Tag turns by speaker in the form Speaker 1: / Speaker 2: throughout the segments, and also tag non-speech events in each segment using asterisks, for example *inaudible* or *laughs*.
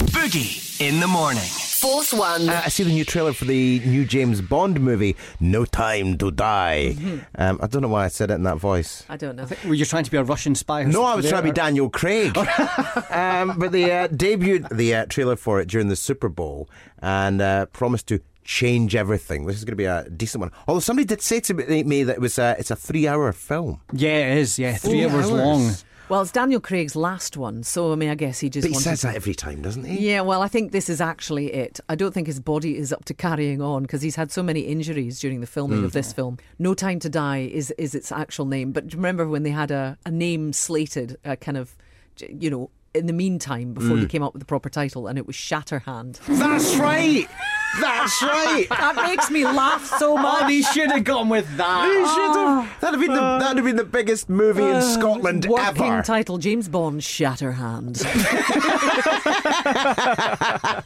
Speaker 1: Boogie in the morning.
Speaker 2: Fourth one.
Speaker 3: Uh, I see the new trailer for the new James Bond movie, No Time to Die. Um, I don't know why I said it in that voice.
Speaker 4: I don't know.
Speaker 5: Were you trying to be a Russian spy? or
Speaker 3: No, I
Speaker 4: Oh,
Speaker 5: something
Speaker 3: was
Speaker 5: there,
Speaker 3: trying to be
Speaker 5: or-
Speaker 3: Daniel Craig. *laughs* um, but they uh, debuted the uh, trailer for it during the Super Bowl and uh, promised to change everything. This is going to be a decent one. Although somebody did say to me me that it was uh, it's a three-hour film.
Speaker 5: Yeah, it is. Yeah, three
Speaker 3: Four
Speaker 5: hours,
Speaker 3: hours.
Speaker 5: long.
Speaker 4: Well, it's Daniel Craig's last one, so I mean, I guess he just
Speaker 3: But he
Speaker 4: wanted
Speaker 3: says that every time, doesn't he?
Speaker 4: Yeah, well, I think this is actually it. I don't think his body is up to carrying on because he's had so many injuries during the filming of this film. No Time to Die is is its actual name, but do you remember when they had a, a name slated, a kind of, you know, in the meantime before they came up with the proper title, and it was Shatterhand.
Speaker 3: That's right.
Speaker 4: *laughs*
Speaker 3: That's right.
Speaker 4: that makes me laugh so
Speaker 5: Oh,
Speaker 4: much.
Speaker 5: they should have gone with
Speaker 3: You
Speaker 5: that.
Speaker 3: should have- That'd have been the that'd have been the biggest movie in Scotland
Speaker 4: Uh, Working
Speaker 3: ever.
Speaker 4: title James Bond Shatterhand.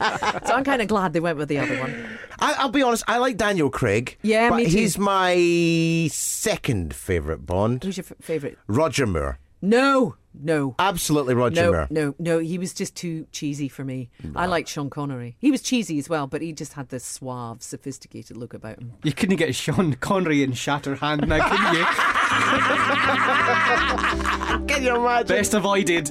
Speaker 4: so I'm kind of glad they went with the other one.
Speaker 3: I, I'll be honest. I like Daniel Craig.
Speaker 4: Yeah,
Speaker 3: but
Speaker 4: me too.
Speaker 3: he's my second favorite Bond.
Speaker 4: Who's your f- favourite?
Speaker 3: Roger Moore.
Speaker 4: No, no.
Speaker 3: Absolutely, Roger
Speaker 4: No,
Speaker 3: Moore.
Speaker 4: no, no. He was just too cheesy for me. I liked Sean Connery. He was cheesy as well, but he just had this suave, sophisticated look about him.
Speaker 5: You couldn't get Sean Connery in Shatterhand now, could *laughs* you?
Speaker 3: Can you imagine?
Speaker 5: Best avoided.